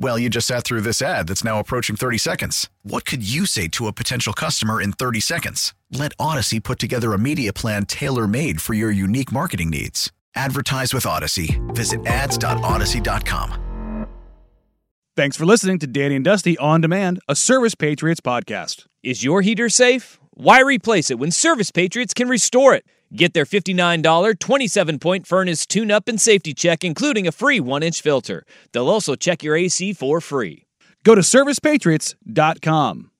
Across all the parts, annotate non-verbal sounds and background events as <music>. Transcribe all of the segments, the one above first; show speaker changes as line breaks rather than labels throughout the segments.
Well, you just sat through this ad that's now approaching 30 seconds. What could you say to a potential customer in 30 seconds? Let Odyssey put together a media plan tailor made for your unique marketing needs. Advertise with Odyssey. Visit ads.odyssey.com.
Thanks for listening to Danny and Dusty On Demand, a Service Patriots podcast.
Is your heater safe? Why replace it when Service Patriots can restore it? Get their $59 27 point furnace tune up and safety check, including a free 1 inch filter. They'll also check your AC for free.
Go to servicepatriots.com.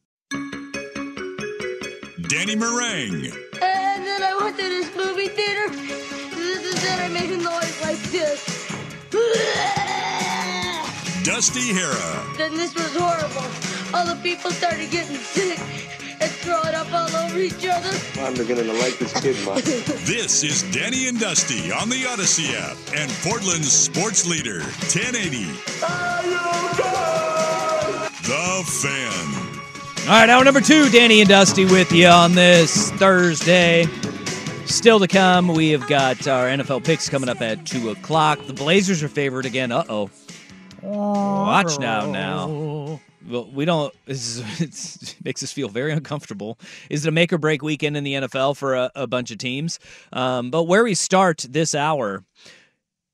Danny Meringue,
And then I went to this movie theater. This is it. I made a noise like this. <sighs>
Dusty Hera,
Then this was horrible. All the people started getting sick and throwing up all over each other.
I'm beginning to like this kid much.
This is Danny and Dusty on the Odyssey app and Portland's sports leader, 1080. The Fan.
All right, hour number two, Danny and Dusty with you on this Thursday. Still to come, we have got our NFL picks coming up at 2 o'clock. The Blazers are favored again. Uh oh. Watch now, now. Well, we don't. This is, it's, it makes us feel very uncomfortable. Is it a make or break weekend in the NFL for a, a bunch of teams? Um, but where we start this hour,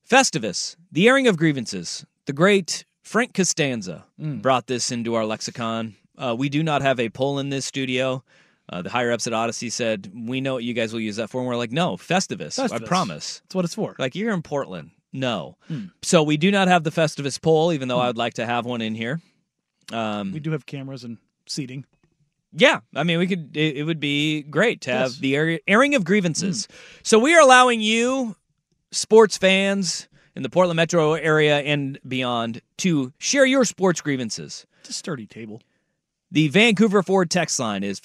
Festivus, the airing of grievances. The great Frank Costanza brought this into our lexicon. Uh, we do not have a poll in this studio. Uh, the higher ups at Odyssey said, "We know what you guys will use that for." And we're like, "No, Festivus. I
Festivus.
promise."
That's what it's for.
Like you're in Portland. No. So we do not have the Festivus poll, even though I would like to have one in here. Um,
we do have cameras and seating.
yeah, I mean, we could. It, it would be great to have
Yes.
the air, airing of grievances. So we are allowing you, sports fans in the Portland metro area and beyond, to share your sports grievances.
It's a sturdy table.
The Vancouver Ford text line is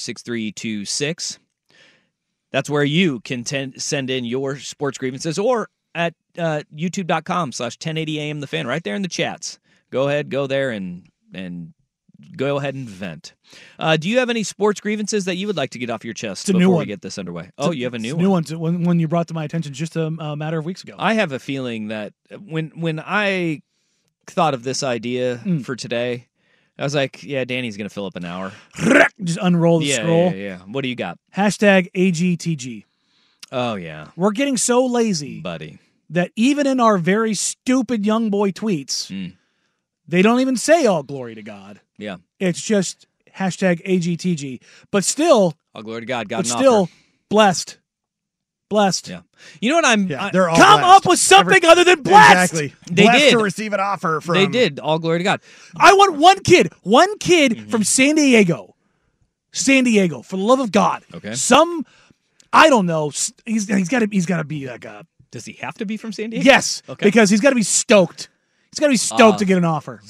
503-864-6326. That's where you can ten- send in your sports grievances or at uh, youtube.com slash 1080am the fan right there in the chats. Go ahead, go there and and go ahead and vent. Uh, do you have any sports grievances that you would like to get off your chest
a new
before we
one.
get this underway? Oh,
It's
you have a
it's
new
New
one.
one. One, one you brought to my attention just a, a matter of weeks ago.
I have a feeling that when when I thought of this idea
Mm.
for today, I was like, yeah, Danny's going to fill up an hour.
just unroll the
yeah,
scroll.
Yeah, yeah. What do you got?
Hashtag AGTG.
Oh yeah,
We're getting so lazy
buddy.
that even in our very stupid young boy tweets,
Mm.
they don't even say all glory to God.
Yeah.
It's just hashtag AGTG. But still,
All glory to God. God
but still,
offer.
blessed. Blessed.
Yeah. You know what I'm? I-
they're all
Come
blessed.
up with something other than blessed.
Exactly.
They
blessed
did.
to receive an offer from.
they did. All glory to God.
I want one kid, one kid
Mm-hmm.
from San Diego, San Diego, for the love of God.
Okay.
Some, I don't know. s- He's he's got to he's got to be like a
Does he have to be from San Diego?
yes,
Okay. Ah.
because he's got to be stoked. He's got to be stoked to get an
<laughs>
offer.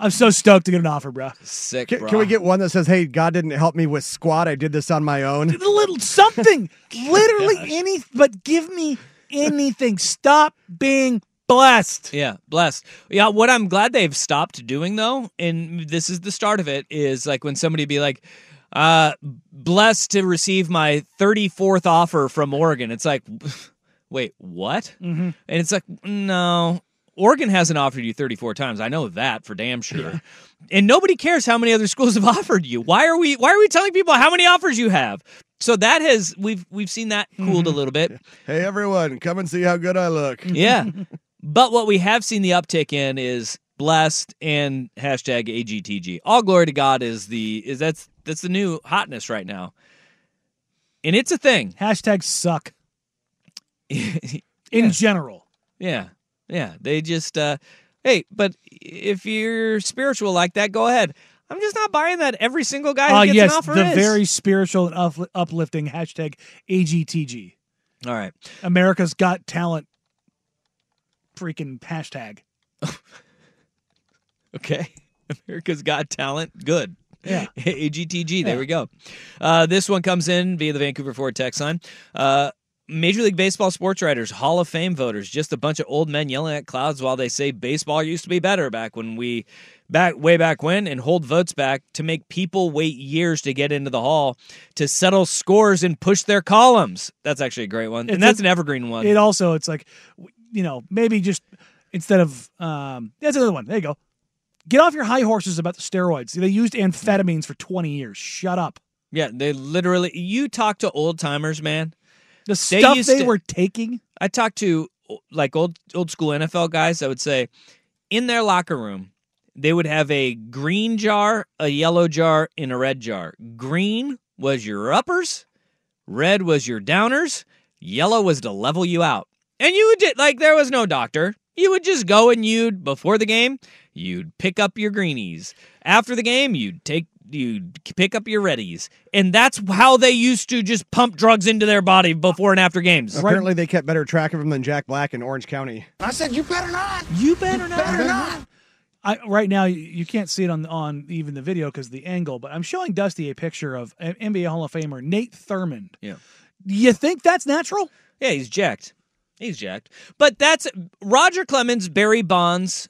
I'm so stoked to get an offer, bro.
Sick.
Can,
bro.
can we get one that says, "Hey, God didn't help me with squat. I did this on my own."
A little
<laughs>
something, literally any, but give me anything. Stop being blessed.
Yeah, blessed. Yeah, what I'm glad they've stopped doing though, and this is the start of it, is like when somebody be like, uh, blessed to receive my 34th offer from Oregon. It's like, <laughs> wait, what? Mm-hmm. And it's like, no, Oregon hasn't offered you 34 times. I know that for damn sure. And nobody cares how many other schools have <laughs> offered you. Why are we? Why are we telling people how many offers you have? So that has we've we've seen that cooled a little bit.
<laughs> Hey, everyone, come and see how good I look.
Yeah. but what we have seen the uptick in is blessed and hashtag AGTG. All glory to God is the is that's that's the new hotness right now. and it's a thing. <laughs>
Hashtag suck in general.
Yeah. Yeah. They just uh hey, but if you're spiritual like that, go ahead. I'm just not buying that every single guy who
Ah,
gets
yes,
an offer
the
is.
very spiritual and up- uplifting hashtag AGTG.
All right.
America's Got Talent freaking hashtag.
Okay. <laughs> America's Got Talent. Good. <laughs>
Yeah.
AGTG. There we go. Uh, this one comes in via the Vancouver Ford text line. Uh, Major League Baseball sports writers, Hall of Fame voters, just a bunch of old men yelling at clouds while they say baseball used to be better back when we, back way back when, and hold votes back to make people wait years to get into the hall to settle scores and push their columns. That's actually a great one,
It's
and that's
a-
an evergreen one.
It also, it's like, w- you know, maybe just instead of, um, that's another one. There you go. Get off your high horses about the steroids. They used amphetamines for 20 years. Shut up.
yeah, they literally. You talk to old timers, man.
The stuff
used
they
to-
were taking.
I talked to like old old school NFL guys. I would say in their locker room, they would have a green jar, a yellow jar, and a red jar. Green was your uppers, red was your downers, yellow was to level you out. And you would ju- like there was no doctor. You would just go and you'd before the game, you'd pick up your greenies. After the game, you'd take you'd pick up your reddies. And that's how they used to just pump drugs into their body before and after games.
Apparently, they kept better track of him than Jack Black in Orange County.
You better not.
I, right now, you- you can't see it on on even the video because the angle, but I'm showing Dusty a picture of an NBA Hall of Famer Nate Thurmond.
Yeah.
You think that's natural?
Yeah, he's jacked. He's jacked. But that's Roger Clemens, Barry Bonds.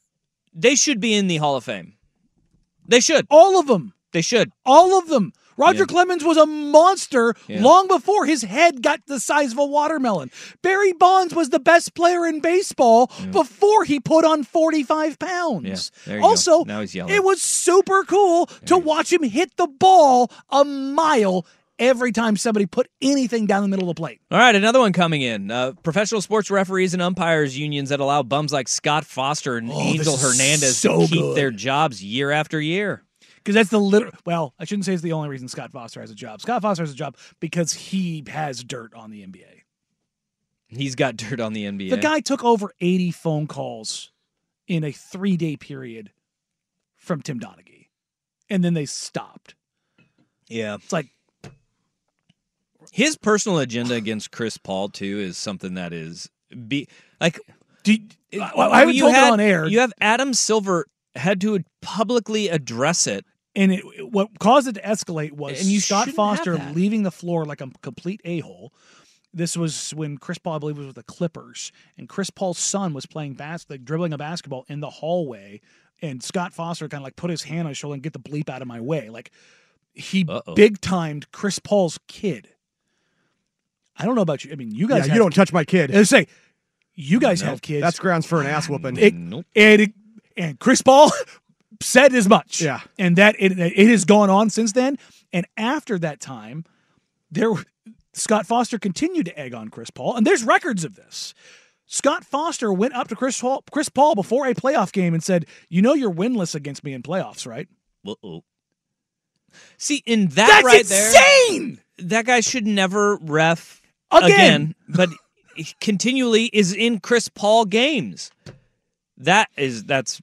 They should be in the Hall of Fame. They should.
All of them.
They should.
All of them. Roger
Yeah.
Clemens was a monster
Yeah.
long before his head got the size of a watermelon. Barry Bonds was the best player in baseball before he put on 45 pounds.
Yeah, there you go.
also,
Now he's yelling.
it was super cool to watch him hit the ball a mile every time somebody put anything down the middle of the plate.
All right, another one coming in. Uh, professional sports referees and umpires unions that allow bums like Scott Foster and Angel
this is
Hernandez
so
to keep
good.
their jobs year after year.
Because that's the literal. Well, I shouldn't say it's the only reason Scott Foster has a job. Scott Foster has a job because he has dirt on the NBA.
He's got dirt on the NBA.
The guy took over 80 phone calls in a three day period from Tim Donaghy, and then they stopped.
yeah.
It's like,
His personal agenda against Chris Paul too is something that is be like
do you, I, I haven't
you
told
had-
it on air,
You have Adam Silver had to publicly address it.
and it, what caused it to escalate was
And you
Scott
shouldn't have
Foster
that.
leaving the floor like a complete a hole. This was when Chris Paul, I believe, was with the Clippers, and Chris Paul's son was playing bas- like dribbling a basketball in the hallway, and Scott Foster kind of like put his hand on his shoulder and get the bleep out of my way. Like he
Uh-oh.
big timed Chris Paul's kid. I don't know about you. I mean, you
Yeah,
guys.
you
have-
don't touch my kid.
Let's say you guys have kids.
That's grounds for an ass whooping.
It-
Nope.
and it, and Chris Paul <laughs> said as much.
Yeah.
and that it, it has gone on since then. And after that time, there were- Scott Foster continued to egg on Chris Paul, and there's records of this. Scott Foster went up to Chris Paul, Chris Paul before a playoff game and said, "You know you're winless against me in playoffs, right?"
Uh-oh. See, in that
That's
right
insane.
there, that guy should never ref
Again.
but he continually is in Chris Paul games. That is that's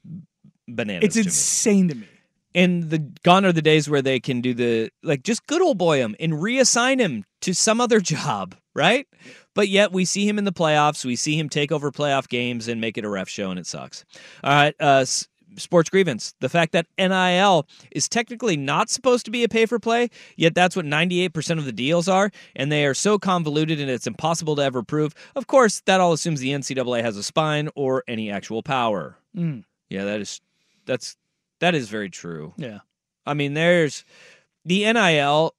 bananas.
It's
to me.
insane to me.
and the gone are the days where they can do the like just good old boy him and reassign him to some other <laughs> job, right? But yet we see him in the playoffs, we see him take over playoff games and make it a ref show, and it sucks. All right, uh, s- sports grievance: the fact that NIL is technically not supposed to be a pay for play, yet that's what ninety eight percent of the deals are, and they are so convoluted and it's impossible to ever prove. Of course, that all assumes the NCAA has a spine or any actual power.
Mm,
Yeah, that is that's that is very true.
yeah,
I mean, there's the NIL,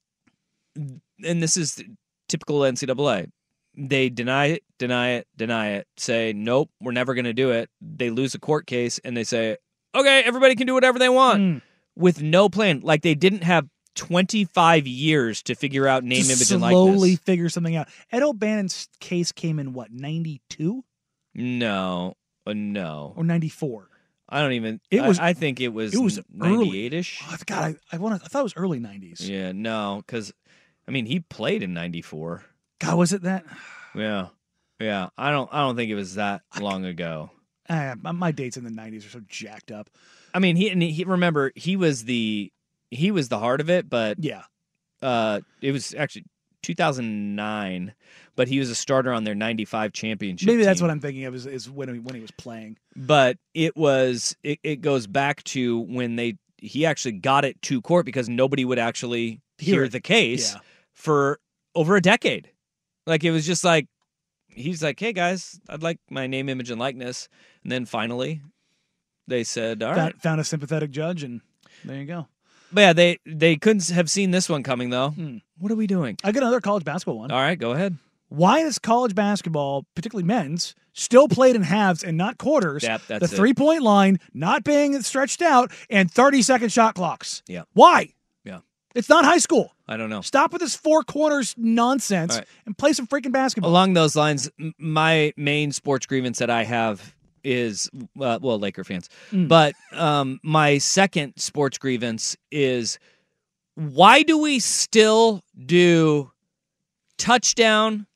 and this is typical NCAA. They deny it, deny it, deny it, say, nope, we're never going to do it. They lose a court case and they say, okay, everybody can do whatever they want
Mm.
with no plan. Like they didn't have 25 years to figure out name,
Just
image, and
slowly
likeness.
figure something out. Ed O'Bannon's case came in what ninety two
No, uh, no.
or ninety four.
I don't even.
It
I-
was-
I, think it was,
it was early.
98 ish.
Oh, God, I, I want to. I thought it was early '90s.
Yeah, no, because I mean, he played in '94.
God, was it that?
Yeah, yeah. I don't. I don't think it was that long ago.
Ah, my- my dates in the '90s are so jacked up.
I mean, he and he remember he was the he was the heart of it, but
Yeah,
uh, it was actually 2009. But he was a starter on their '95 championship.
maybe that's
team.
what I'm thinking of is, is when he, when he was playing.
but it was it, it goes back to when they he actually got it to court because nobody would actually
Hear
hear,
it.
the case
Yeah.
for over a decade like it was just like he's like hey guys i'd like my name image and likeness and then finally they said all right
Found, found a sympathetic judge, and there you go.
but yeah they they couldn't have seen this one coming though
Hmm.
what are we doing
I got another college basketball one.
all right go ahead
Why is college basketball, particularly men's, still played in halves and not quarters?
Yep, that's
the
it.
three point line not being stretched out and 30 second shot clocks.
Yeah.
Why?
Yeah.
It's not high school.
i don't know
Stop with this four corners nonsense
All right. Oh,
and play some freaking basketball.
Along those lines, m- my main sports grievance that I have is uh, well, Laker fans,
Mm.
but um, my second sports grievance is why do we still do touchdown,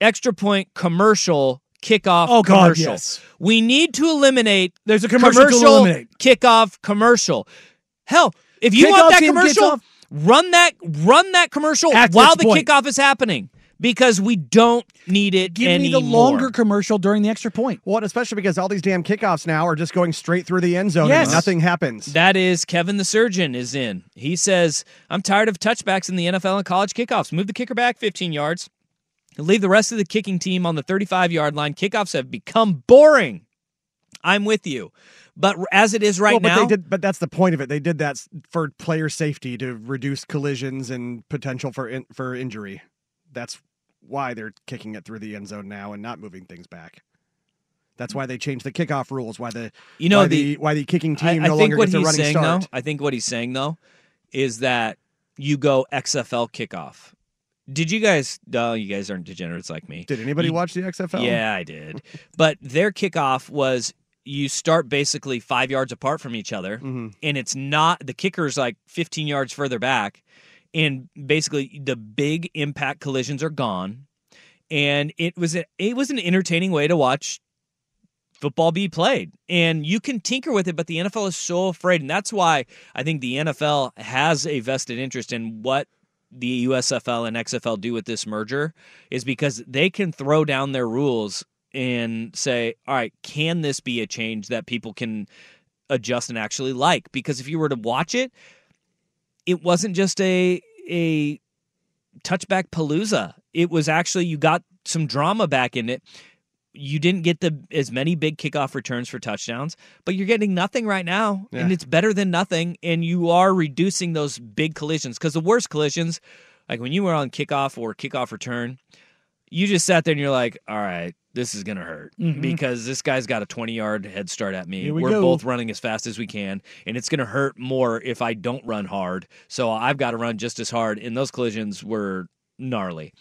extra point, commercial, kickoff,
Oh, God,
commercial?
yes.
We need to eliminate
There's a commercial, to eliminate.
kickoff, commercial. Hell, if you
Kickoff
want that
team gets
commercial,
off-
run that run that commercial
At this
while the
point.
kickoff is happening because we don't need it
Give me
anymore.
the longer commercial during the extra point.
Well, and especially because all these damn kickoffs now are just going straight through the end zone
Yes.
and nothing happens.
That is Kevin the surgeon is in. He says, "I'm tired of touchbacks in the NFL and college kickoffs. Move the kicker back 15 yards." and Leave the rest of the kicking team on the 35 yard line. Kickoffs have become boring. I'm with you. But as it is right
well, but
now,
they did. But that's the point of it. They did that s- for player safety to reduce collisions and potential for in, for injury. That's why they're kicking it through the end zone now and not moving things back. That's why they changed the kickoff rules. Why the
you know,
why
the,
the, why the kicking team
I, I
no
think
longer
what
gets a
he's
running
saying
start.
though, I think what he's saying though, is that you go XFL kickoff. Did you guys? No, you guys aren't degenerates like me.
Did anybody
You-
watch the XFL?
Yeah, I did. but their kickoff was you start basically five yards apart from each other,
Mhm.
and it's not the kicker's like 15 yards further back, and basically the big impact collisions are gone, and it was a, it was an entertaining way to watch football be played and you can tinker with it but the NFL is so afraid and that's why I think the NFL has a vested interest in what the USFL and XFL do with this merger is because they can throw down their rules and say, all right, can this be a change that people can adjust and actually like? Because if you were to watch it, it wasn't just a a touchback palooza. It was actually you got some drama back in it. You didn't get the as many big kickoff returns for touchdowns, but you're getting nothing right now, and
Yeah.
it's better than nothing. And you are reducing those big collisions because the worst collisions, like when you were on kickoff or kickoff return, you just sat there and you're like, all right, this is gonna hurt
Mhm.
because this guy's got a 20 yard head start at me.
Here we
We're
go.
both running as fast as we can, and it's gonna hurt more if I don't run hard. So I've got to run just as hard. And those collisions were gnarly.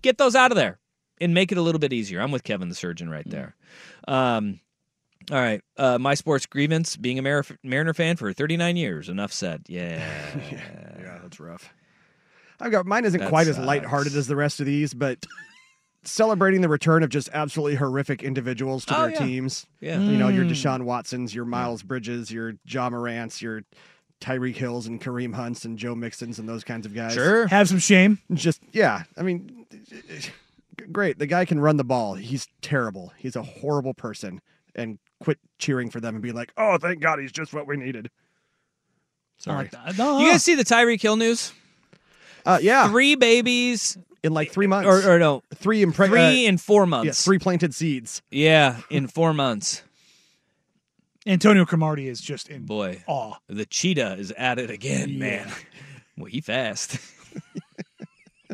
Get those out of there and make it a little bit easier. I'm with Kevin the surgeon
Mm.
right there. Um, all right, uh, my sports grievance being a Mar- Mariner fan for 39 years. Enough said.
<laughs>
Yeah.
Yeah, that's rough. I've got mine isn't
That
quite as
sucks.
lighthearted as the rest of these, but celebrating the return of just absolutely horrific individuals to
Oh,
their
yeah. Hmm.
teams.
Yeah.
You know, your
Mm.
Deshaun Watsons, your Miles Bridges, your Ja Morants, your Tyreek Hills and Kareem Hunts and Joe Mixons and those kinds of guys.
Sure.
Have some shame.
Just yeah. I mean g- great. The guy can run the ball. He's terrible. He's a horrible person. And quit cheering for them and be like, Oh, thank God he's just what we needed. Sorry.
Oh, I- no,
You guys see the Tyreek Hill news?
Uh, yeah.
Three babies,
in like three months.
or, or no,
three impre-
three
uh,
in four
yeah,
months.
three planted seeds.
Yeah, in four months.
Antonio Cromartie is just in
<laughs>
Boy,
awe.
the cheetah is at it again, man. <laughs> Well, he
<laughs>
fast. <laughs>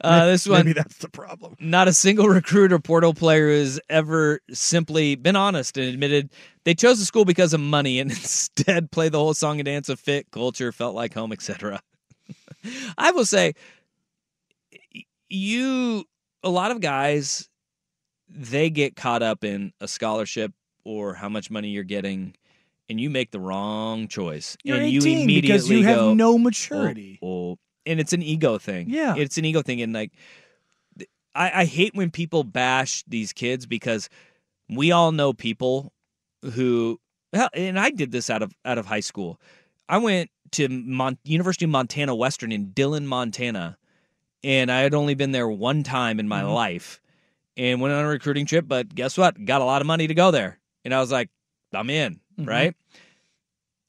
uh, this one,
Maybe that's the problem.
not a single <laughs> recruit or portal player has ever simply been honest and admitted they chose the school because of money and <laughs> instead play the whole song and dance of fit culture, felt like home, etc. <laughs> I will say, y- you a lot of guys they get caught up in a scholarship or how much money you're getting, and you make the wrong choice,
You're
and
18
you immediately
because you have
go,
no
"Oh,
maturity.
Oh, and it's an ego thing.
Yeah.
it's an ego thing, and like, th- I, I hate when people bash these kids because we all know people who, hell, and I did this out of out of high school. I went to Mon- University of Montana Western in Dillon, Montana, and I had only been there one time in my
Mm-hmm.
life, and went on a recruiting trip. But guess what? Got a lot of money to go there, and I was like, I'm in,
Mhm.
right?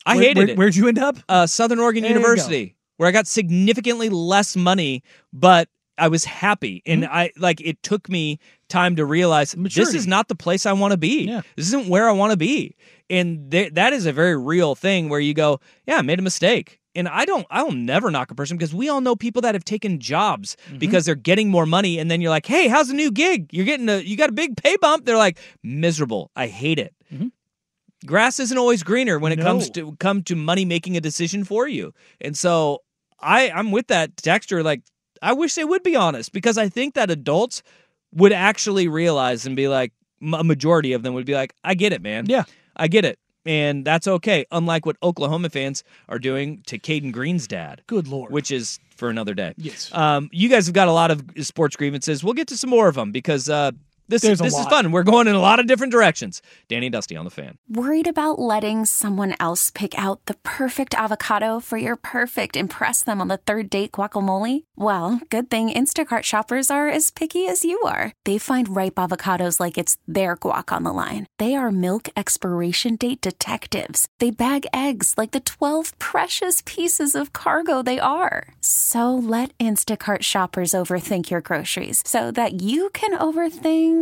I
Where-
hated
where-
it
Where'd you end up?
uh, Southern Oregon
There you
University, where I got significantly less money, but I was happy, and I like it took me time to realize this
Hmm. Maturity.
is not the place I want to be.
Yeah.
This isn't where I want to be, and th- that is a very real thing where you go, yeah, I made a mistake. And I don't, I will never knock a person because we all know people that have taken jobs
Mm-hmm.
because they're getting more money. And then you're like, hey, how's the new gig? You're getting a, you got a big pay bump. They're like, miserable. I hate it grass isn't always greener when it comes
No.
to come to money making a decision for you. And so I I'm with that texture like I wish they would be honest because I think that adults would actually realize and be like m- a majority of them would be like I get it man.
Yeah.
I get it. And that's okay unlike what Oklahoma fans are doing to Caden Green's dad
Good lord.
which is for another day.
Yes.
Um, you guys have got a lot of sports grievances. We'll get to some more of them because uh, this
There's a
this is
lot.
fun. We're going in a lot of different directions. Danny and Dusty on the fan.
Worried about letting someone else pick out the perfect avocado for your perfect impress them on the third date guacamole? Well, good thing Instacart shoppers are as picky as you are. They find ripe avocados like it's their guac on the line. They are milk expiration date detectives. They bag eggs like the 12 precious pieces of cargo they are. So let Instacart shoppers overthink your groceries so that you can overthink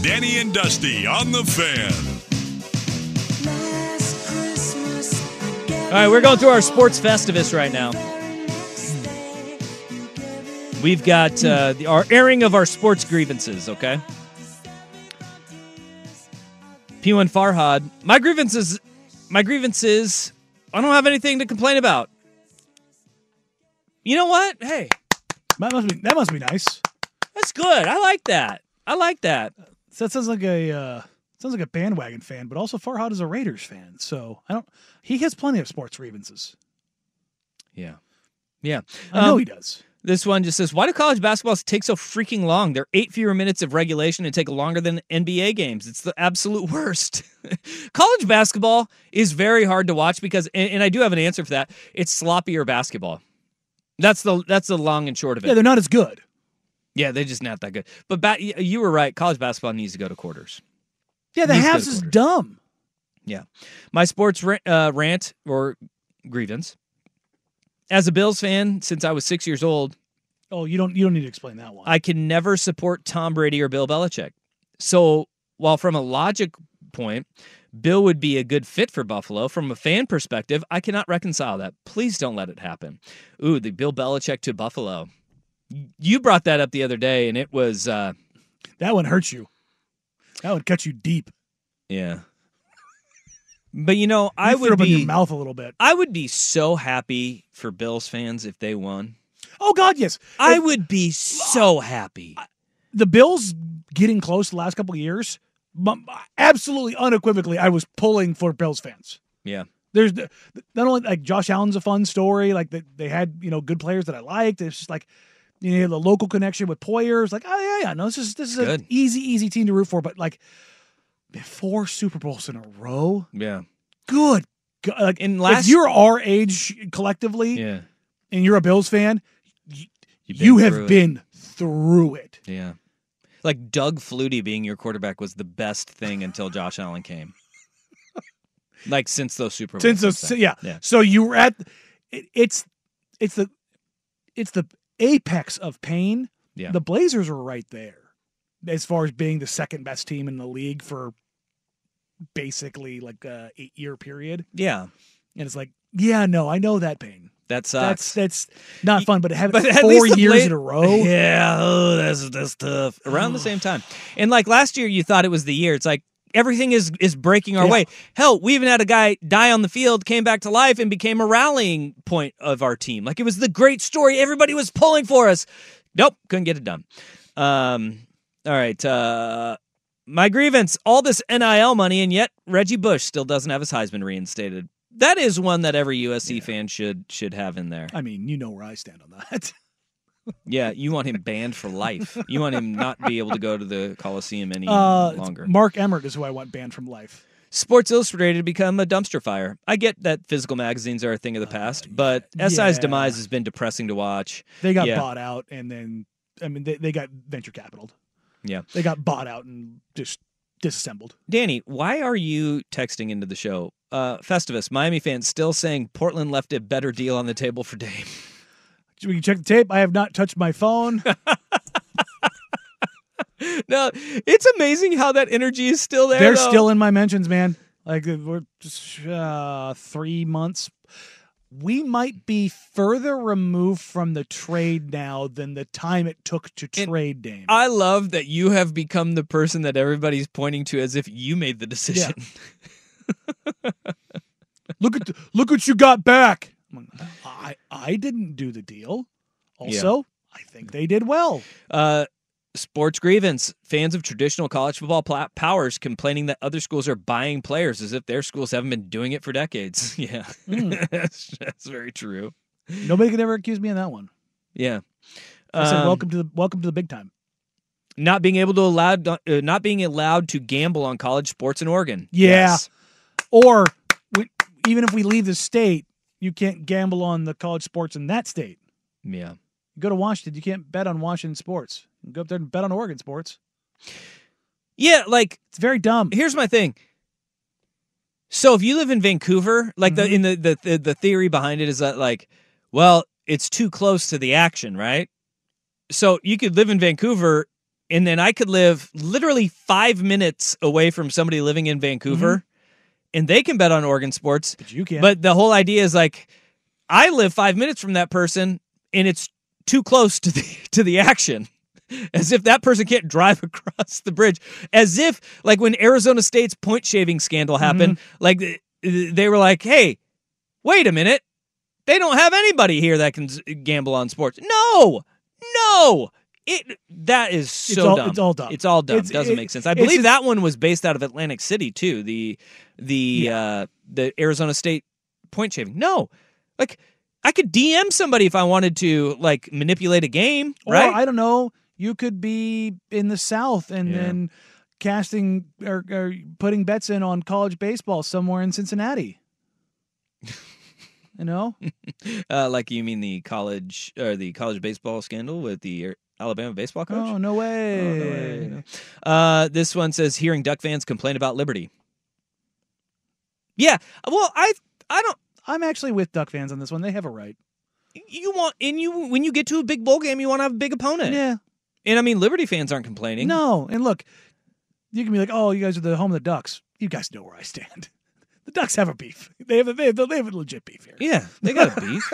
Danny and Dusty on the fan.
All right, we're going through our sports festivus right now. We've got uh, the, our airing of our sports grievances, okay? P1 Farhad, my grievances, my grievances, I don't have anything to complain about. You know what? Hey,
That must be that must be nice.
that's good. I like that. I like that.
So that sounds like a uh, sounds like a bandwagon fan, but also Farhad is a Raiders fan. So I don't. He has plenty of sports grievances.
Yeah. Yeah.
I know
Um,
he does.
This one just says, "Why do college basketballs take so freaking long? They're eight fewer minutes of regulation and take longer than NBA games. It's the absolute <laughs> worst. college basketball is very hard to watch because, and, and I do have an answer for that. It's sloppier basketball. That's the that's the long and short of it.
Yeah, they're not as good.
yeah, they're just not that good. But ba- y- you were right. College basketball needs to go to quarters.
Yeah, the
Needs to go to
halves is
quarters.
dumb.
My sports ra- uh, rant or grievance. As a Bills fan, since I was six years old,
Oh, you don't you don't need to explain that one.
I can never support Tom Brady or Bill Belichick. So, while from a logic point, Bill would be a good fit for Buffalo, from a fan perspective, I cannot reconcile that. Please don't let it happen. Ooh, the Bill Belichick to Buffalo. You brought that up the other day, and it was, uh,
that one hurts you. That would cut you deep.
yeah. But you know, I
You threw
would
up in your
be,
mouth a little bit.
I would be so happy for Bills fans if they won.
Oh God, yes.
I
If
would be so happy.
the Bills getting close the last couple of years. mu- Absolutely unequivocally, I was pulling for Bills fans.
Yeah.
There's the- not only like Josh Allen's a fun story, like they, they had you know good players that I liked. It's just like you know the local connection with Poyer. It's like oh yeah yeah no this is this is
Good.
an easy easy team to root for. But like four Super Bowls in a row,
Yeah.
good. go- Like
And
if
last,
you're our age collectively
yeah,
and you're a Bills fan,
You've
you
been
have
through it.
been through it.
Yeah. Like Doug Flutie being your quarterback was the best thing until Josh
<laughs>
Allen came. Like since those Super Bowls.
Since
I'm
those,
saying.
yeah.
Yeah.
So you were at it, it's it's the it's the apex of pain.
Yeah.
The Blazers were right there as far as being the second best team in the league for basically like a eight year period.
yeah.
And it's like, yeah, no, I know that pain.
That
That's
sucks.
that's not fun, but to have it
But at
four
least the
years
Bla-
in a row.
<laughs> Yeah, oh, that's that's tough. Around the same time, and like last year, you thought it was the year. It's like everything is is breaking our
Yeah.
way. Hell, we even had a guy die on the field, came back to life, and became a rallying point of our team. Like it was the great story. Everybody was pulling for us. Nope, couldn't get it done. Um, all right. Uh, my grievance: all this NIL money, and yet Reggie Bush still doesn't have his Heisman reinstated. That is one that every USC fan should should have in there.
I mean, you know where I stand on that.
Yeah, you want him banned for life. You want him not be able to go to the Coliseum any
Uh,
longer.
Mark Emmert is who I want banned from life.
Sports Illustrated become a dumpster fire. I get that physical magazines are a thing of the past, but SI's
Uh, yeah.
demise has been depressing to watch.
They got
Yeah.
bought out, and then I mean, they, they got venture capitaled.
Yeah.
they got bought out and just disassembled.
Danny, why are you texting into the show? Uh, Festivus, Miami fans still saying Portland left a better deal on the table for Dame. <laughs>
We can check the tape. I have not touched my phone.
no, it's amazing how that energy is still there.
They're
though.
still in my mentions, man. Like uh, we're just uh, three months. We might be further removed from the trade now than the time it took to
And
trade Dame.
I love that you have become the person that everybody's pointing to as if you made the decision.
<laughs> look at look what you got back. I'm like, I I didn't do the deal. Also, I think they did well.
Uh, sports grievance. Fans of traditional college football pla powers complaining that other schools are buying players as if their schools haven't been doing it for decades. <laughs> Yeah,
Hmm.
that's, that's very true.
Nobody could ever accuse me on that one.
Yeah.
I said,
Um,
"Welcome to the welcome to the big time."
Not being able to allowed, uh, not being allowed to gamble on college sports in Oregon.
Yeah. Or we, even if we leave the state, you can't gamble on the college sports in that state.
Yeah.
You go to Washington, you can't bet on Washington sports. You go up there and bet on Oregon sports.
Yeah. Like
It's very dumb.
Um, here's my thing. So if you live in Vancouver, like the
Mhm.
in the, the the the theory behind it is that like, well, it's too close to the action, right? So you could live in Vancouver, and then I could live literally five minutes away from somebody living in Vancouver, and they can bet on Oregon sports.
But you can't.
But the whole idea is like, I live five minutes from that person, and it's too close to the <laughs> to the action. As if that person can't drive <laughs> across the bridge. As if, like when Arizona State's point shaving scandal
Mm-hmm.
happened, like th- they were like, "Hey, wait a minute, they don't have anybody here that can s- gamble on sports." No, no, it that is so
all-
dumb.
it's all dumb.
It's all dumb.
It's-
Doesn't
it-
make sense. I
it's-
believe that one was based out of Atlantic City too. The the uh, the Arizona State point shaving. No, like I could DM somebody if I wanted to, like manipulate a game, right?
Or I don't know. You could be in the South and
Yeah.
then casting or, or putting bets in on college baseball somewhere in
<laughs>
Cincinnati. you know,
Uh, like you mean the college or the college baseball scandal with the Alabama baseball coach?
oh no
Oh,
way.
no way, no. Uh, this one says hearing Duck fans complain about Liberty. Yeah, well, I I don't.
I'm actually with Duck fans on this one. They have a right.
You want and you when you get to a big bowl game, you want to have a big opponent.
Yeah.
And I mean, Liberty fans aren't complaining.
No, and look, you can be like, "Oh, you guys are the home of the Ducks." You guys know where I stand. <laughs> The Ducks have a beef. They have a they have, they have a legit beef here.
Yeah, they got a beef.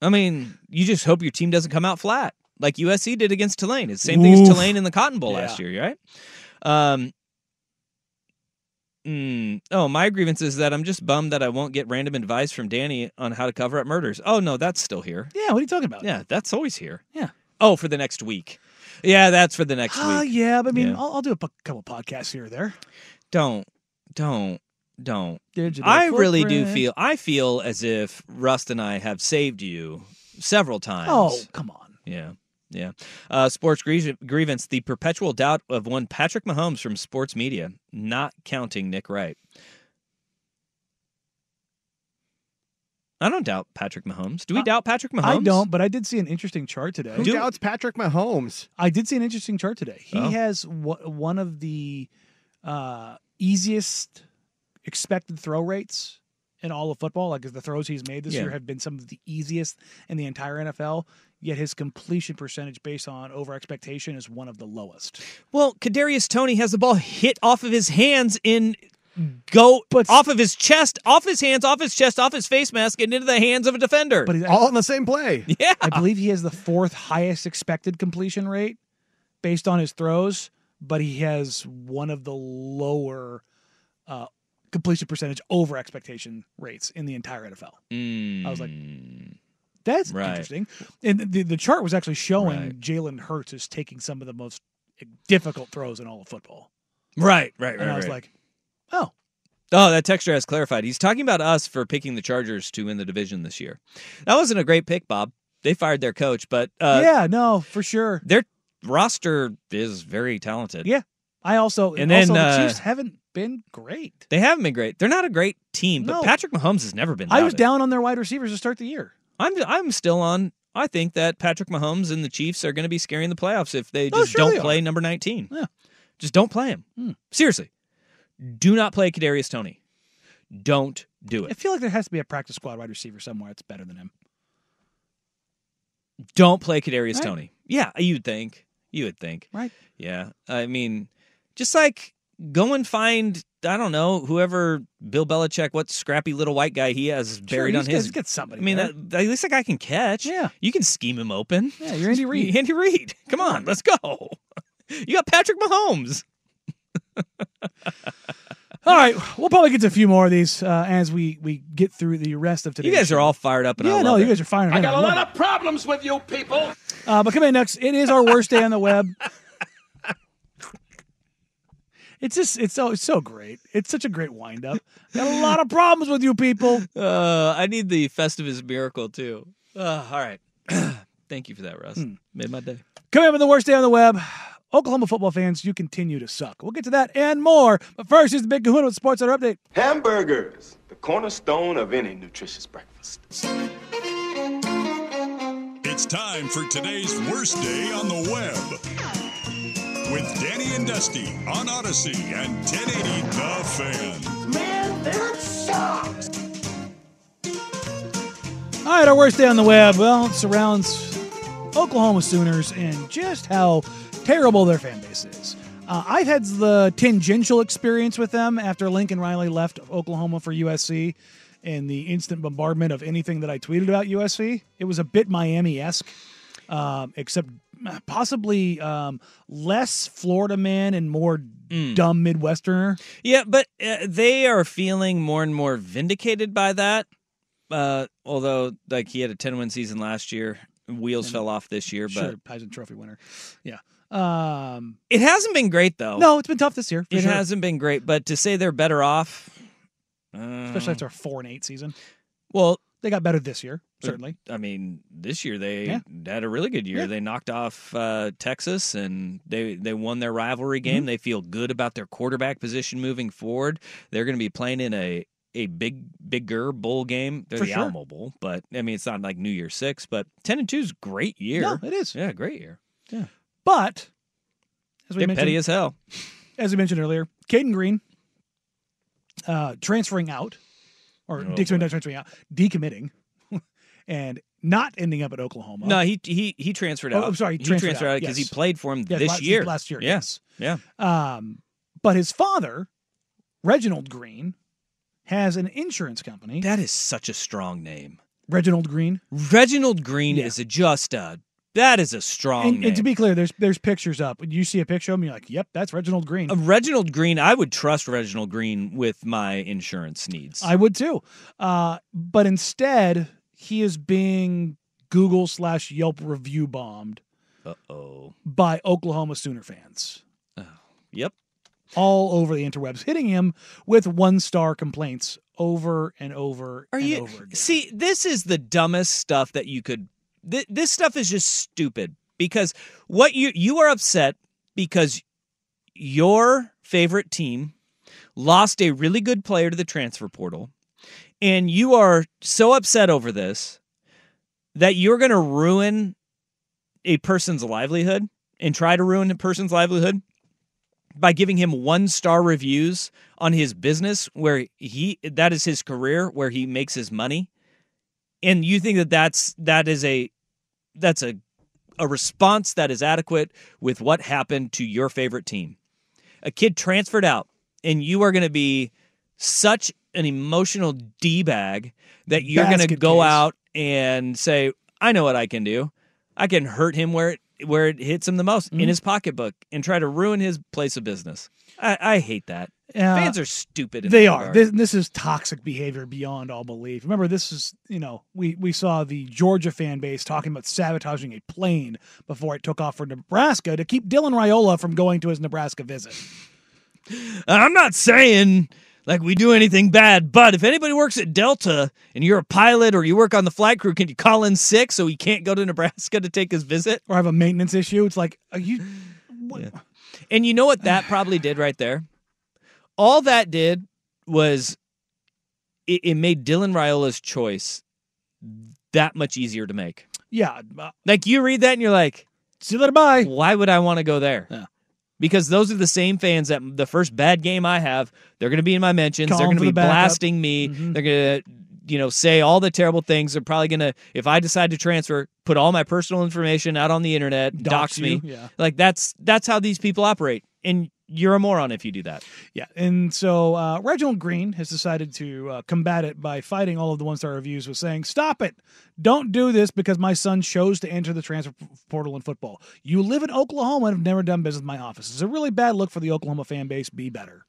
I mean, you just hope your team doesn't come out flat like USC did against Tulane. It's the same thing as
Oof.
Tulane in the Cotton Bowl last
Yeah.
year, right? Um. mm, oh, my grievance is that I'm just bummed that I won't get random advice from Danny on how to cover up murders. Oh no, that's still here.
Yeah, what are you talking about?
Yeah, that's always here.
Yeah.
Oh, for the next week. Yeah, that's for the next
Ah,
week.
yeah, but I mean,
Yeah.
I'll, I'll do a p- couple podcasts here or there.
Don't, don't, don't.
Digital
I really do
footprint.
feel I feel as if Rust and I have saved you several times.
Oh, come on.
Yeah. Yeah. Uh, sports grie- grievance, the perpetual doubt of one Patrick Mahomes from sports media, not counting Nick Wright. I don't doubt Patrick Mahomes. Do we doubt Patrick Mahomes?
I don't, but I did see an interesting chart today.
Who doubts Patrick Mahomes?
I did see an interesting chart today. He
Oh.
has w- one of the uh, easiest expected throw rates in all of football. Like the throws he's made this
Yeah.
year have been some of the easiest in the entire NFL. Yet his completion percentage based on over expectation is one of the lowest.
Well, Kadarius Tony has the ball hit off of his hands in go
But-
off of his chest, off his hands, off his chest, off his face mask, and into the hands of a defender.
But he, I,
All in the same play.
<laughs> yeah,
I believe he has the fourth highest expected completion rate based on his throws, but he has one of the lower uh, completion percentage over expectation rates in the entire NFL. I was like,
Hmm.
That's
Right.
interesting. And the, the chart was actually showing
Right.
Jalen Hurts is taking some of the most eh, difficult throws in all of football.
right, right, right.
And I was
right.
like, oh,
Oh, that texture has clarified. He's talking about us for picking the Chargers to win the division this year. That wasn't a great pick, Bob. They fired their coach, but uh,
yeah, no, for sure.
their roster is very talented.
Yeah. I also,
And
and
then,
also the
uh,
Chiefs haven't been great.
They haven't been great. They're not a great team, but
No.
Patrick Mahomes has never been.
I was
doubted.
down on their wide receivers to start the year.
I'm I'm still on. I think that Patrick Mahomes and the Chiefs are going to be scary in the playoffs if they
Oh,
just
sure they
don't play number 19.
Yeah.
Just don't play him.
Hmm.
Seriously. Do not play Kadarius Tony. Don't do
I
it.
feel like there has to be a practice squad wide receiver somewhere that's better than him.
Don't play Kadarius
Right.
Tony. Yeah, you'd think. You would think.
Right.
Yeah. I mean, just like go and find I don't know whoever Bill Belichick, what scrappy little white guy he has
Sure,
buried
he's
on
got-
his.
he's got somebody.
I mean,
there.
that, at least that guy can catch.
Yeah.
You can scheme him open.
yeah, you're
<laughs>
Andy Reid.
Andy Reid. Come on, let's go. <laughs> You got Patrick Mahomes.
All right, we'll probably get to a few more of these uh, as we we get through the rest of today.
You guys are all fired up, and
Yeah,
I
no,
love
you
it.
guys are firing.
I got a lot of problems with you people.
Uh, but coming in next, it is our worst day on
<laughs>
the web. It's just it's so it's so great. It's such a great wind up. Got a lot of problems with you people.
uh, I need the Festivus miracle too. Uh, all right, <clears throat> thank you for that, Russ.
Hmm.
Made my day.
Coming up in the worst day on the web. Oklahoma football fans, you continue to suck. We'll get to that and more. But first, here's the big kahuna with Sports Center Update.
Hamburgers, the cornerstone of any nutritious breakfast.
It's time for today's worst day on the web with Danny and Dusty on Odyssey and 1080 The Fan.
All right, our worst day on the web. Well, it surrounds Oklahoma Sooners and just how terrible their fan base is. Uh, I've had the tangential experience with them after Lincoln Riley left Oklahoma for USC and the instant bombardment of anything that I tweeted about USC. It was a bit Miami esque, um, except possibly um, less Florida man and more
Mm.
dumb Midwesterner.
Yeah, but uh, they are feeling more and more vindicated by that. Uh, although, like he had a ten-win season last year, wheels fell off this year, but
Sure, Heisman Trophy winner. Yeah. Um,
it hasn't been great though.
no, it's been tough this year. for
Oh. it
sure.
hasn't been great. But to say they're better off, uh,
especially after a four and eight season.
well,
They got better this year, certainly.
I mean, this year they
Yeah.
had a really good year.
Yeah.
They knocked off uh, Texas and they they won their rivalry
Mm-hmm.
game. They feel good about their quarterback position moving forward. They're going to be playing in a a big bigger bowl game. They're
For
the
sure.
Alamo Bowl, but I mean, it's not like New Year Six, but ten and two is great year.
No, it is.
Yeah, great year.
But as we
They're petty
mentioned,
as hell.
as we mentioned earlier, Caden Green uh, transferring out, or
Oh,
Dixon
boy.
not transferring out, decommitting, <laughs> and not ending up at Oklahoma.
No, he he he transferred
Oh,
out.
I'm sorry, he
he
transferred
transferred
out,
out because
yes.
he played for him
Yeah,
this
last,
year.
last year,
Yeah.
yes.
Yeah.
Um, but his father, Reginald Green, has an insurance company.
That is such a strong name.
Reginald Green.
Reginald Green
Yeah.
is a just a that is a strong
And,
name.
and to be clear, there's there's pictures up. You see a picture of him, you're like, "Yep, that's Reginald Green."
Uh, Reginald Green, I would trust Reginald Green with my insurance needs.
I would too. Uh, but instead, he is being Google slash Yelp review bombed
Uh oh.
by Oklahoma Sooner fans
Yep.
all over the interwebs, hitting him with one star complaints over and over
Are
and
you
over again.
see? This is the dumbest stuff that you could. Th- this stuff is just stupid because what you you are upset because your favorite team lost a really good player to the transfer portal. and you are so upset over this that you're going to ruin a person's livelihood and try to ruin a person's livelihood by giving him one star reviews on his business where he that is his career where he makes his money and you think that that's that is a that's a a response that is adequate with what happened to your favorite team a kid transferred out and you are going to be such an emotional d-bag that you're going to
Basket
go
case.
out and say i know what i can do i can hurt him where it where it hits him the most
Mm-hmm.
in his pocketbook and try to ruin his place of business i, I hate that
Yeah.
fans are stupid in
Uh, They
that
are.
regard.
This, this is toxic behavior beyond all belief. Remember, this is you know we we saw the Georgia fan base talking about sabotaging a plane before it took off for Nebraska to keep Dylan Raiola from going to his Nebraska visit.
I'm not saying like we do anything bad, but if anybody works at Delta and you're a pilot or you work on the flight crew, can you call in sick so he can't go to Nebraska to take his visit?
Or have a maintenance issue. It's like are
<sighs>
you. What?
And you know what that probably did right there? All that did was it, it made Dylan Raiola's choice that much easier to make.
Yeah. uh,
Like you read that and you're like,
see you later. Bye.
<laughs> why would I want to go there?
Yeah.
Because those are the same fans that the first bad game I have, they're going to be in my mentions. they're
Calling
going
for
to be
the backup.
blasting me.
Mhm.
They're going to, you know, say all the terrible things. They're probably going to, if I decide to transfer, put all my personal information out on the internet, dox,
Dox
me.
you, yeah.
Like that's that's how these people operate, and you're a moron if you do that.
Yeah. And so uh, Reginald Green has decided to uh, combat it by fighting all of the one star reviews with saying, Stop it. Don't do this because my son chose to enter the transfer p- portal in football. You live in Oklahoma and have never done business in my office. It's a really bad look for the Oklahoma fan base. Be better.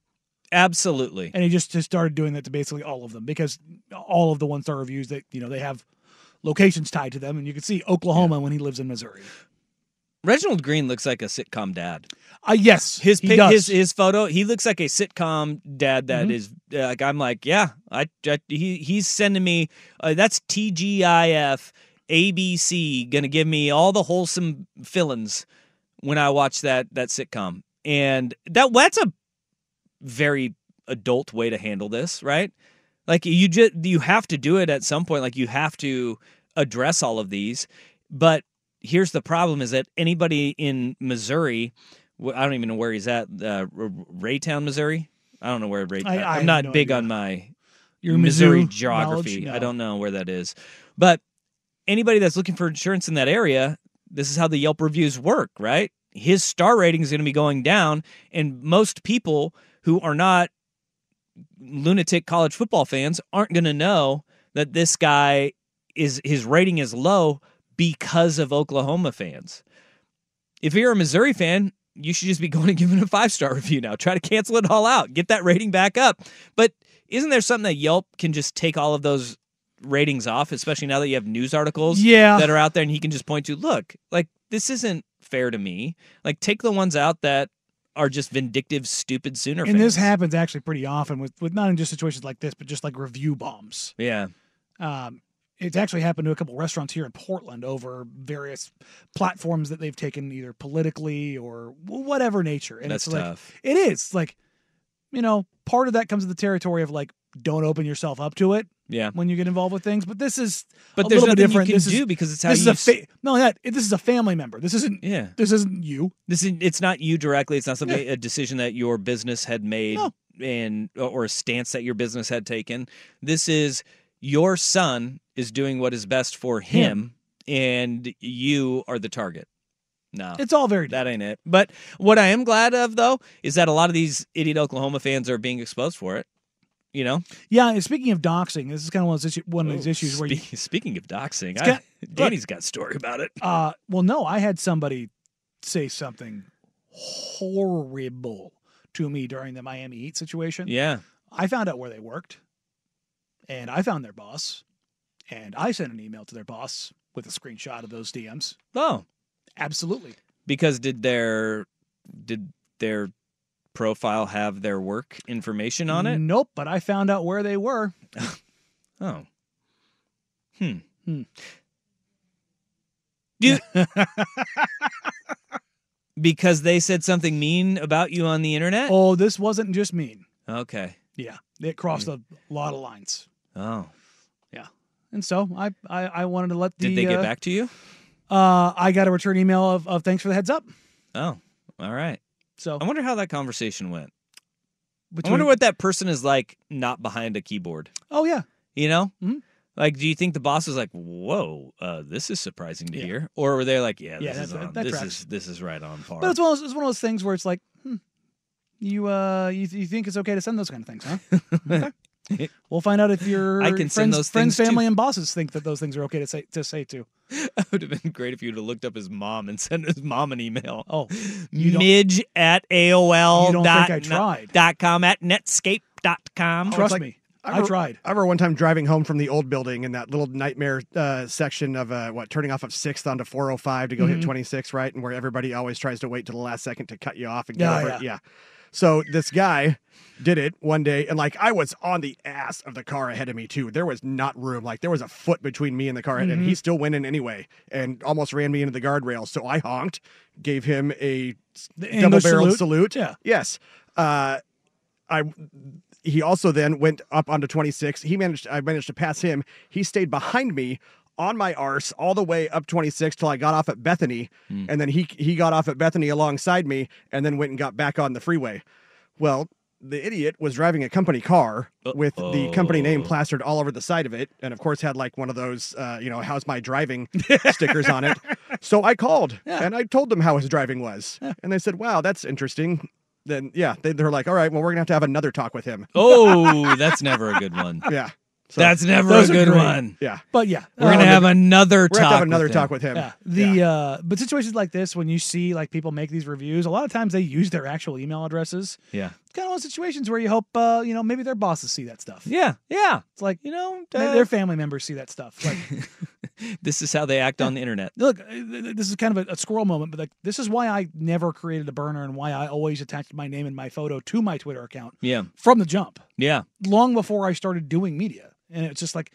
Absolutely.
And he just, just started doing that to basically all of them because all of the one star reviews that, you know, they have locations tied to them. And you can see Oklahoma when he lives in Missouri.
Reginald Green looks like a sitcom dad.
Uh, yes.
His
he
pic,
does. Mm-hmm.
his his photo, he looks like a sitcom dad that is uh, like I'm like, yeah, I, I- he he's sending me uh, that's TGIF ABC going to give me all the wholesome fillings when I watch that that sitcom. And that that's a very adult way to handle this, right? Like you just you have to do it at some point like you have to address all of these, but here's the problem is that anybody in Missouri wh- I don't even know where he's at. Uh, R- R- Raytown, Missouri. I don't know where Raytown.
I- I
I'm
have
not
no
big
idea.
on my
Your
Missouri
Mizzou
geography.
knowledge?
I
No.
don't know where that is. But anybody that's looking for insurance in that area, this is how the Yelp reviews work, right? His star rating is going to be going down, and most people who are not lunatic college football fans aren't going to know that this guy is his rating is low because of Oklahoma fans. If you're a Missouri fan, you should just be <laughs> going and giving a five star review now. Try to cancel it all out, get that rating back up. But isn't there something that Yelp can just take all of those ratings off, especially now that you have news articles
Yeah.
that are out there and he can just point to, look, like this isn't fair to me. Like take the ones out that are just vindictive, stupid Sooner
and this
fans.
happens actually pretty often with, with not in just situations like this, but just like review bombs.
yeah.
Um, it's actually happened to a couple restaurants here in Portland over various platforms that they've taken, either politically or wh- whatever nature. And
That's
it's like
tough.
it is like, you know, part of that comes with the territory of like, don't open yourself up to it
Yeah.
when you get involved with things. But this is
But
a
there's
little
nothing
bit different.
you can
this
do
is
because it's how
this is
you
a fa- no that this is a family member. This isn't
yeah.
this isn't you.
This is, it's not you directly. It's not something a decision that your business had made
No.
and or a stance that your business had taken. This is your son is doing what is best for him, and you are the target. No.
It's all very
Uh, that ain't it. But what I am glad of though is that a lot of these idiot Oklahoma fans are being exposed for it. You know,
yeah. And speaking of doxing, this is kind of one of those, issues, one of
Oh,
these issues where you
Spe- speaking of doxing,
It's
I,
got-
Danny's got a story about it.
Uh, well, no, I had somebody say something horrible to me during the Miami Heat situation.
Yeah,
I found out where they worked, and I found their boss, and I sent an email to their boss with a screenshot of those DMs.
oh,
Absolutely.
because did their did their profile have their work information on it?
Nope, but I found out where they
<laughs>
were.
Oh. Hmm.
Mm. Hmm. <laughs>
Dude. because they said something mean about you on the internet?
Oh, this wasn't just mean.
Okay. Hmm.
Yeah, it crossed a lot of lines.
Oh.
Yeah. And so I, I, I wanted to let the.
Did they get
uh,
back to you?
Uh, I got a return email of, of thanks for the heads up.
Oh. All right.
So
I wonder how that conversation went. I
between-
wonder what that person is like not behind a keyboard.
Oh yeah,
You know?
Mhm.
Like, do you think the boss was like, "Whoa, uh, this is surprising to hear," or were they like, "Yeah,
Yeah,
this is
that-
on,
that
this
tracks.
is this is right on par." <laughs>
but it's one of those, it's one of those things where it's like, hmm, you uh, you, you think it's okay to send those kind of things, huh?
<laughs>
Okay. We'll find out if your
I can
friends,
send those
friends,
things, too.
family, and bosses think that those things are okay to say to say too.
It would have been great if you'd have looked up his mom and <laughs> sent his mom an email.
Oh, you don't-
midge at AOL
You don't
dot,
think I tried.
dot com at netscape dot com.
trust
Oh, like-
me,
I
I,
re-
tried.
I remember one time driving home from the old building in that little nightmare uh, section of uh, what turning off of Sixth onto 405 to go
Mm-hmm.
hit 26, right? And where everybody always tries to wait till the last second to cut you off and get
Yeah,
over.
yeah.
it. yeah. So this guy did it one day, and like I was on the ass of the car ahead of me too. There was not room. Like there was a foot between me and the car, and
Mm-hmm.
he still went in anyway, and almost ran me into the guardrail. So I honked, gave him a
The
double
English
barreled
salute?
salute.
Yeah.
Yes. Uh, I he also then went up onto 26. He managed I managed to pass him. He stayed behind me on my arse all the way up 26 till I got off at Bethany and then he he got off at Bethany alongside me and then went and got back on the freeway. Well, the idiot was driving a company car with the company name plastered all over the side of it and of course had like one of those uh, you know how's my driving stickers on it. So I called and I told them how his driving was. And they said, "Wow, that's interesting." Then yeah, they, they're like, "All right, well we're going to have to have another talk with him."
<laughs> Oh, that's never a good
<laughs>
one.
Yeah. So,
That's never a
Those are
good
great.
one.
yeah.
But yeah,
We're gonna
uh,
have another
We're
talk.
gonna have another
with him.
talk with him.
Yeah, the uh, but situations like this when you see like people make these reviews, a lot of times they use their actual email addresses.
Yeah.
It's kind of one of those situations where you hope uh, you know maybe their bosses see that stuff.
Yeah. Yeah.
It's like
You know,
maybe
uh, <laughs>
their family members see that stuff. Like
this is how they act on the internet.
look, uh, th- th- this is kind of a, a squirrel moment, but like this is why I never created a burner and why I always attached my name and my photo to my Twitter account
Yeah.
from the jump,
Yeah.
long before I started doing media. And it's just like,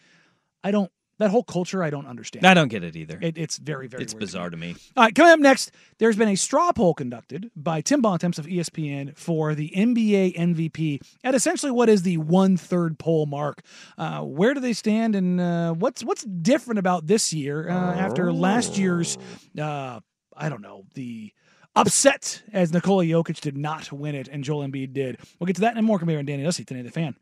I don't that whole culture. I don't understand.
I don't get it either.
it, it's very very.
it's
weird to me.
bizarre to me.
All right, coming up next, there's been a straw poll conducted by Tim Bontemps of E ESPN for the NBA MVP at essentially what is the one third poll mark. Uh, where do they stand, and uh, what's what's different about this year uh, after last year's? Uh, I don't know the. Upset as Nikola Jokic did not win it and Joel Embiid did. We'll get to that and more coming here on Danny Dusty, today the fan.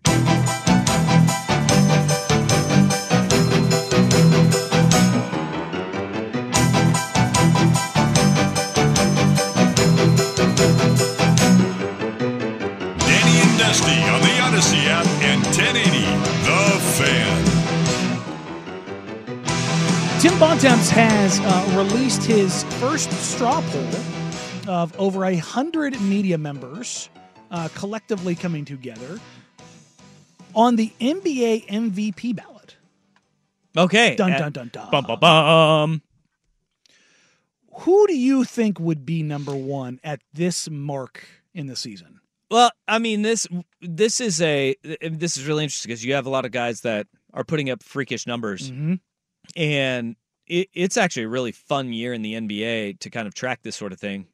Danny and Dusty on the Odyssey app and 1080 The Fan.
Tim Bontemps has uh, released his first straw poll of over a hundred media members uh, collectively coming together on the NBA MVP ballot.
Okay.
Dun
uh,
dun dun dun.
Bum bum bum.
Who do you think would be number one at this mark in the season?
Well, I mean this this is a this is really interesting because you have a lot of guys that are putting up freakish numbers,
Mm-hmm.
and it, it's actually a really fun year in the NBA to kind of track this sort of thing.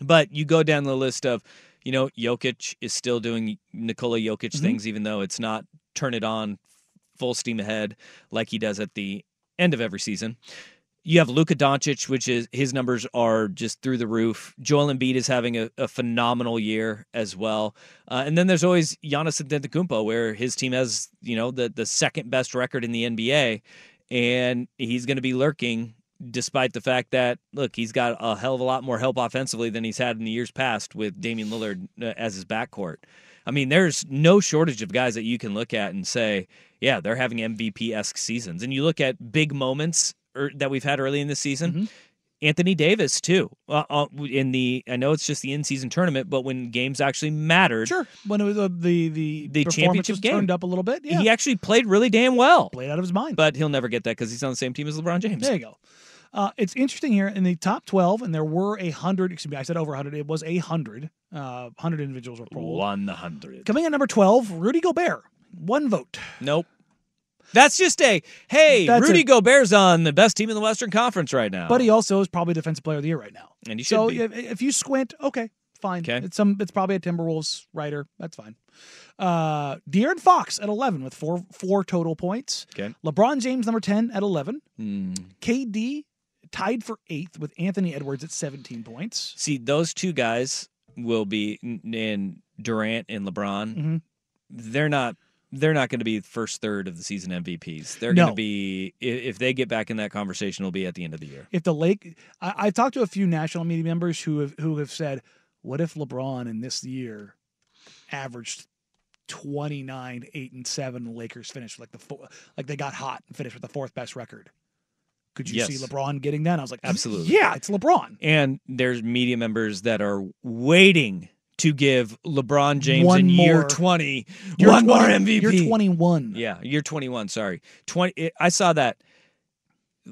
But you go down the list of, you know, Jokic is still doing Nikola Jokic
Mhm.
things, even though it's not turn it on full steam ahead like he does at the end of every season. You have Luka Doncic, which is his numbers are just through the roof. Joel Embiid is having a, a phenomenal year as well. Uh, and then there's always Giannis Antetokounmpo, where his team has you know the the second best record in the NBA, and he's going to be lurking despite the fact that look he's got a hell of a lot more help offensively than he's had in the years past with Damian Lillard uh, as his backcourt. I mean, there's no shortage of guys that you can look at and say, yeah, they're having MVP esque seasons. And you look at big moments er, that we've had early in the season. Anthony Davis too. Uh, uh, in the I know it's just the in season tournament, but when games actually mattered,
Sure. When it was, uh, the the
The
performance
championship
was
game.
turned up a little bit, yeah,
he actually played really damn well.
played out of his mind.
But he'll never get that because he's on the same team as LeBron James.
There you go. Uh, it's interesting here in the top 12, and there were a 100, excuse me, I said over 100, it was a 100, uh, 100 individuals were polled.
One hundred.
Coming in number 12, Rudy Gobert, one vote.
Nope. That's just a hey.
That's
Rudy
a-
Gobert's on the best team in the Western Conference right now.
But he also is probably Defensive Player of the Year right now.
And he should
so
be.
if, if you squint, okay, fine.
Okay.
It's some. It's probably a Timberwolves writer. That's fine. Uh, De'Aaron Fox at eleven with four four total points.
Okay.
LeBron James number ten at eleven.
Hmm.
KD tied for eighth with Anthony Edwards at seventeen points.
See, those two guys will be in Durant and LeBron.
Mhm.
They're not. They're not going to be first third of the season MVPs. They're
No.
going to be i- if they get back in that conversation, it'll be at the end of the year.
If the Lake, I, I've talked to a few national media members who have who have said, "What if LeBron in this year averaged?" 29 8 and 7 the lakers finished like the four, like they got hot and finished with the fourth best record could you see
Yes.
lebron getting that i was like
Absolutely.
yeah it's lebron
And there's media members that are waiting to give LeBron James
One
in year
more.
20
You're
one more
20
MVP.
You're 21.
Yeah, year 21, sorry. 20 it- I saw that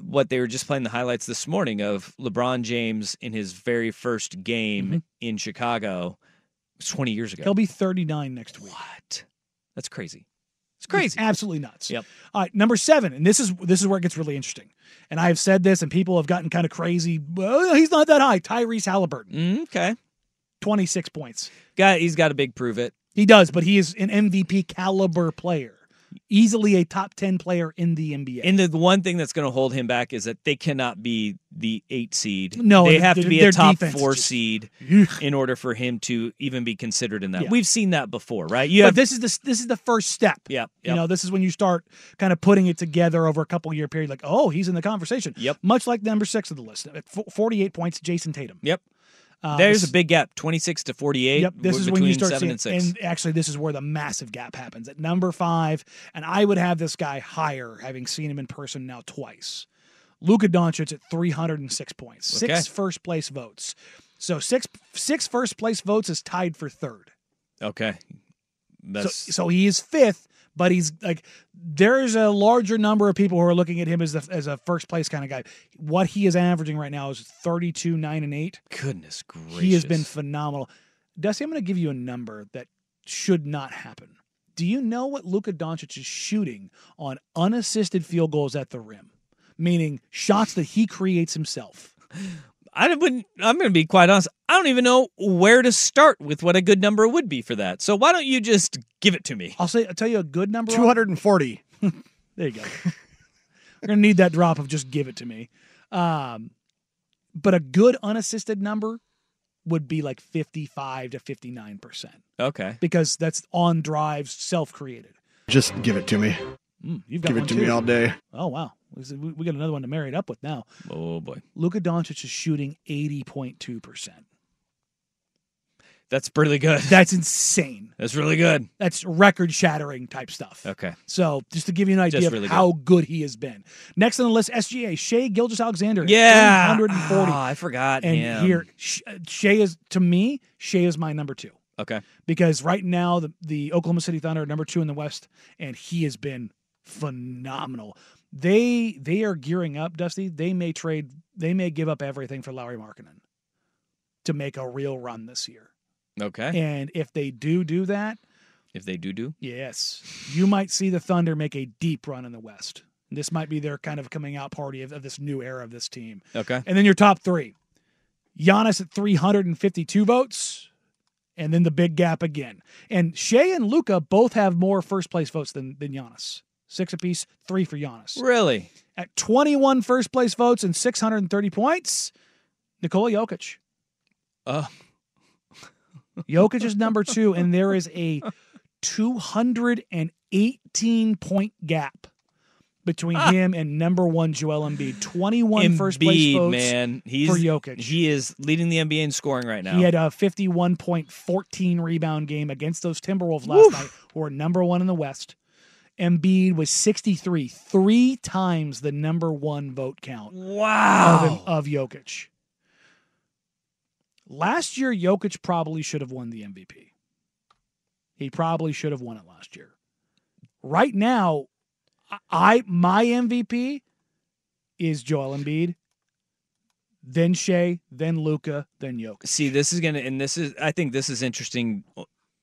what they were just playing the highlights this morning of LeBron James in his very first game in Chicago It was 20 years ago.
Mm-hmm. He'll be 39 next week.
what? That's crazy.
It's
It's crazy.
absolutely nuts.
Yep.
All right, number seven, and this is this is where it gets really interesting. And I have said this, and people have gotten kind of crazy. Well, he's not that high. Tyrese Halliburton,
Mm, Okay.
26 points.
Guy he's got a big prove it.
He does, but he is an MVP caliber player, easily a top 10 player in the NBA.
And the the one thing that's going to hold him back is that they cannot be the eight seed.
No,
they
th-
have to
th-
be
their
a top
defense is
four
just-
seed in order for him to even be considered in that.
Yeah.
We've seen that before, right? You
but
have
this is the this is the first step.
Yep,
You
yep.
know, this is when you start kind of putting it together over a couple year period. Like, oh, he's in the conversation.
Yep.
Much like number six of the list, at fo- 48 points, Jason Tatum.
Yep.
Uh,
There's
this-
a big gap, 26 to 48.
Yep, this
w-
is
between
when you start
seven
seeing,
and six.
actually, this is where the massive gap happens at number five. And I would have this guy higher, having seen him in person now twice. Luka Doncic at 306 points, six
Okay.
first place votes. So six six first place votes is tied for third.
okay.
So,
That's
so he is fifth, but he's like there is a larger number of people who are looking at him as the, as a first place kind of guy. What he is averaging right now is 32, nine, and eight.
goodness gracious.
He has been phenomenal. Dusty, I'm going to give you a number that should not happen. Do you know what Luka Doncic is shooting on unassisted field goals at the rim? Meaning shots that he creates himself.
I wouldn't. I'm going to be quite honest. I don't even know where to start with what a good number would be for that. So why don't you just give it to me?
I'll say I'll tell you a good number. on-
240.
There you go. <laughs> We're going to need that drop of just give it to me. Um, but a good unassisted number would be like 55 to 59%
Okay.
because that's on drives self created.
Just give it to me.
Hmm, you've got
Give
one
it to
too.
me all day.
Oh wow, we we got another one to marry it up with now.
Oh boy,
Luka Doncic is shooting eighty point two percent.
that's really good. <laughs>
That's insane.
That's really good.
That's record shattering type stuff.
Okay.
So just to give you an idea
Just
of
really good.
how good he has been. Next on the list, SGA Shea Gilgis Alexander.
Yeah.
one hundred and forty.
Ah, I forgot.
and
him.
here, Sh- Shea is to me. Shea is my number two
Okay.
because right now the the Oklahoma City Thunder are number two in the West, and he has been phenomenal. They they are gearing up, Dusty. They may trade. They may give up everything for Lowry Markkinen to make a real run this year.
Okay.
And if they do do that,
if they do do.
yes, you might see the Thunder make a deep run in the West. This might be their kind of coming out party of, of this new era of this team.
Okay.
And then your top three Giannis at 352 votes, and then the big gap again. And Shea and Luca both have more first place votes than, than Giannis. Six apiece, three for Giannis.
Really?
At 21 first place votes and 630 points, Nikola
<laughs>
Jokic.
Oh.
Jokic is number two, and there is a 218 point gap between him and number one Joel Embiid. 21 first place
Ah. Embiid,
votes.
man. He's
for Jokic.
He is leading the NBA in scoring right now.
He had a 51.14 rebound game against those Timberwolves last night, who are number one in the West. Embiid was 63, three times the number one vote count of, him,
wow.
of Jokic. Last year, Jokic probably should have won the MVP. He probably should have won it last year. Right now, I- I my MVP is Joel Embiid, then Shea, then Luca, then Jokic.
See, this is gonna, and this is, I think this is interesting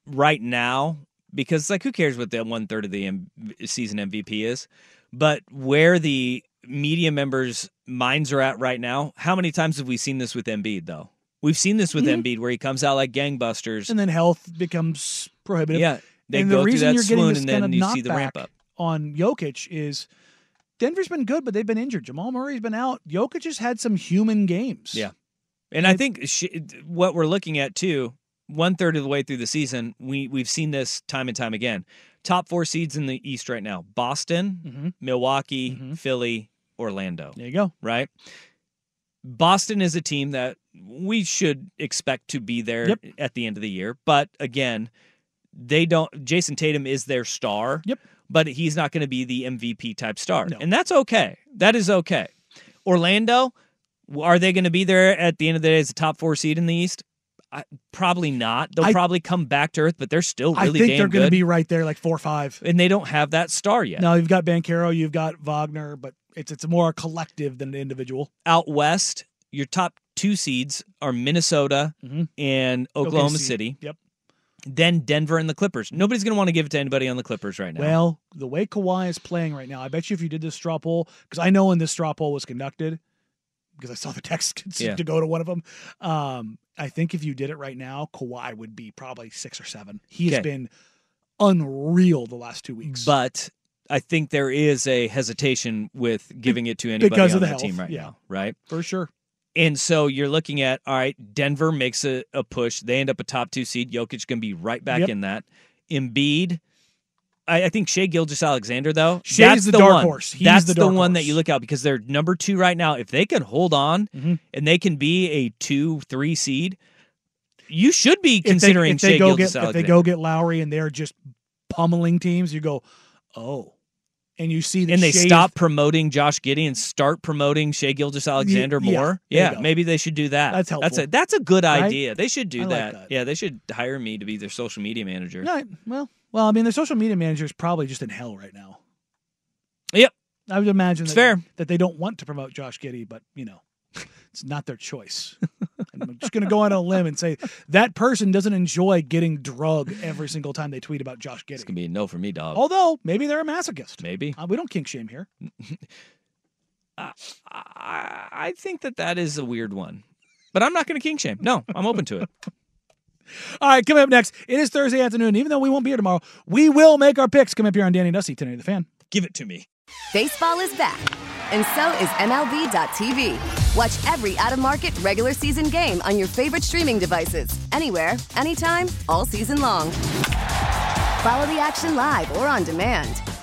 right now because, like, who cares what that one third of the M- season MVP is? But where the media members' minds are at right now, how many times have we seen this with Embiid though? We've seen this with Embiid where he comes out like gangbusters.
Mm-hmm. and then health becomes prohibitive.
yeah, they
and
go
the
through
reason
that
you're getting
swoon
this
and
kind
then
of
you see the ramp
knockback
up.
on Jokic is Denver's been good, but they've been injured. Jamal Murray's been out. Jokic has had some human games.
Yeah. And I think sh- what we're looking at too, one third of the way through the season, we we've seen this time and time again. Top four seeds in the East right now: Boston,
Mhm.
Milwaukee,
Mhm.
Philly, Orlando.
There you go.
Right? Boston is a team that we should expect to be there
Yep.
at the end of the year, but again, they don't. Jason Tatum is their star.
Yep.
But he's not going to be the MVP type star,
No.
and that's okay. That is okay. Orlando, are they going to be there at the end of the day as the top four seed in the East? I, probably not. They'll
I-
probably come back to earth, but they're still
I
really
think
damn
they're going to
good.
be right there, like four or five.
and they don't have that star yet.
Now you've got Bancaro, you've got Wagner, but it's it's more a collective than an individual.
Out west, your top two seeds are Minnesota
Mhm.
and Oklahoma
OKC.
City,
Yep.
then Denver and the Clippers. Nobody's going to want to give it to anybody on the Clippers right now.
Well, the way Kawhi is playing right now, I bet you if you did this straw poll, because I know when this straw poll was conducted, because I saw the <laughs> text
Yeah.
to go to one of them. Um, I think if you did it right now, Kawhi would be probably six or seven. He has
Okay.
been unreal the last two weeks.
but I think there is a hesitation with giving it to anybody
because
on
of the
that team
health,
right
yeah.
now, right?
for sure,
And so you're looking at all right, Denver makes a, a push. They end up a top two seed. Jokic can be right back
Yep.
in that. Embiid. I, I think Shea Gilgis Alexander, though.
Shea's
that's
the dark
one.
horse. He's
that's
the
the,
dark
one that
horse.
you look out because they're number two right now. If they can hold on
Mhm.
and they can be a two, three seed, you should be
If they-
considering
if they,
Shea
go
Gilgis
get if they
Alexander.
go get Lowry and they're just pummeling teams, you go, oh, and you see that
and they
Shea's-
stop promoting Josh Giddy and start promoting Shea Gilgis Alexander
yeah,
more.
there you
Yeah,
go.
maybe they should do that.
That's
That's a
helpful.
that's a good
Right?
idea. They should do
I like
that.
that.
Yeah, they should hire me to be their social media manager.
No, well, well, I mean, their social media manager is probably just in hell right now.
Yep.
I would imagine
It's
that,
fair.
that they don't want to promote Josh Giddy, but you know, it's not their choice. <laughs> And I'm just going to go out on a limb and say that person doesn't enjoy getting drug every single time they tweet about Josh
It's gonna
Giddy.
be a no for me, dog.
Although maybe they're a masochist.
Maybe.
Uh, we don't kink shame here.
I, I think that that is a weird one, but I'm not gonna king shame. No, I'm open to
<laughs>
it.
All right, coming up next, it is Thursday afternoon. Even though we won't be here tomorrow, we will make our picks. Come up here on Danny and Dusty tonight, the fan.
Give it to me.
Baseball is back, and so is MLB.tv. Watch every out of market regular season game on your favorite streaming devices, anywhere, anytime, all season long. Follow the action live or on demand.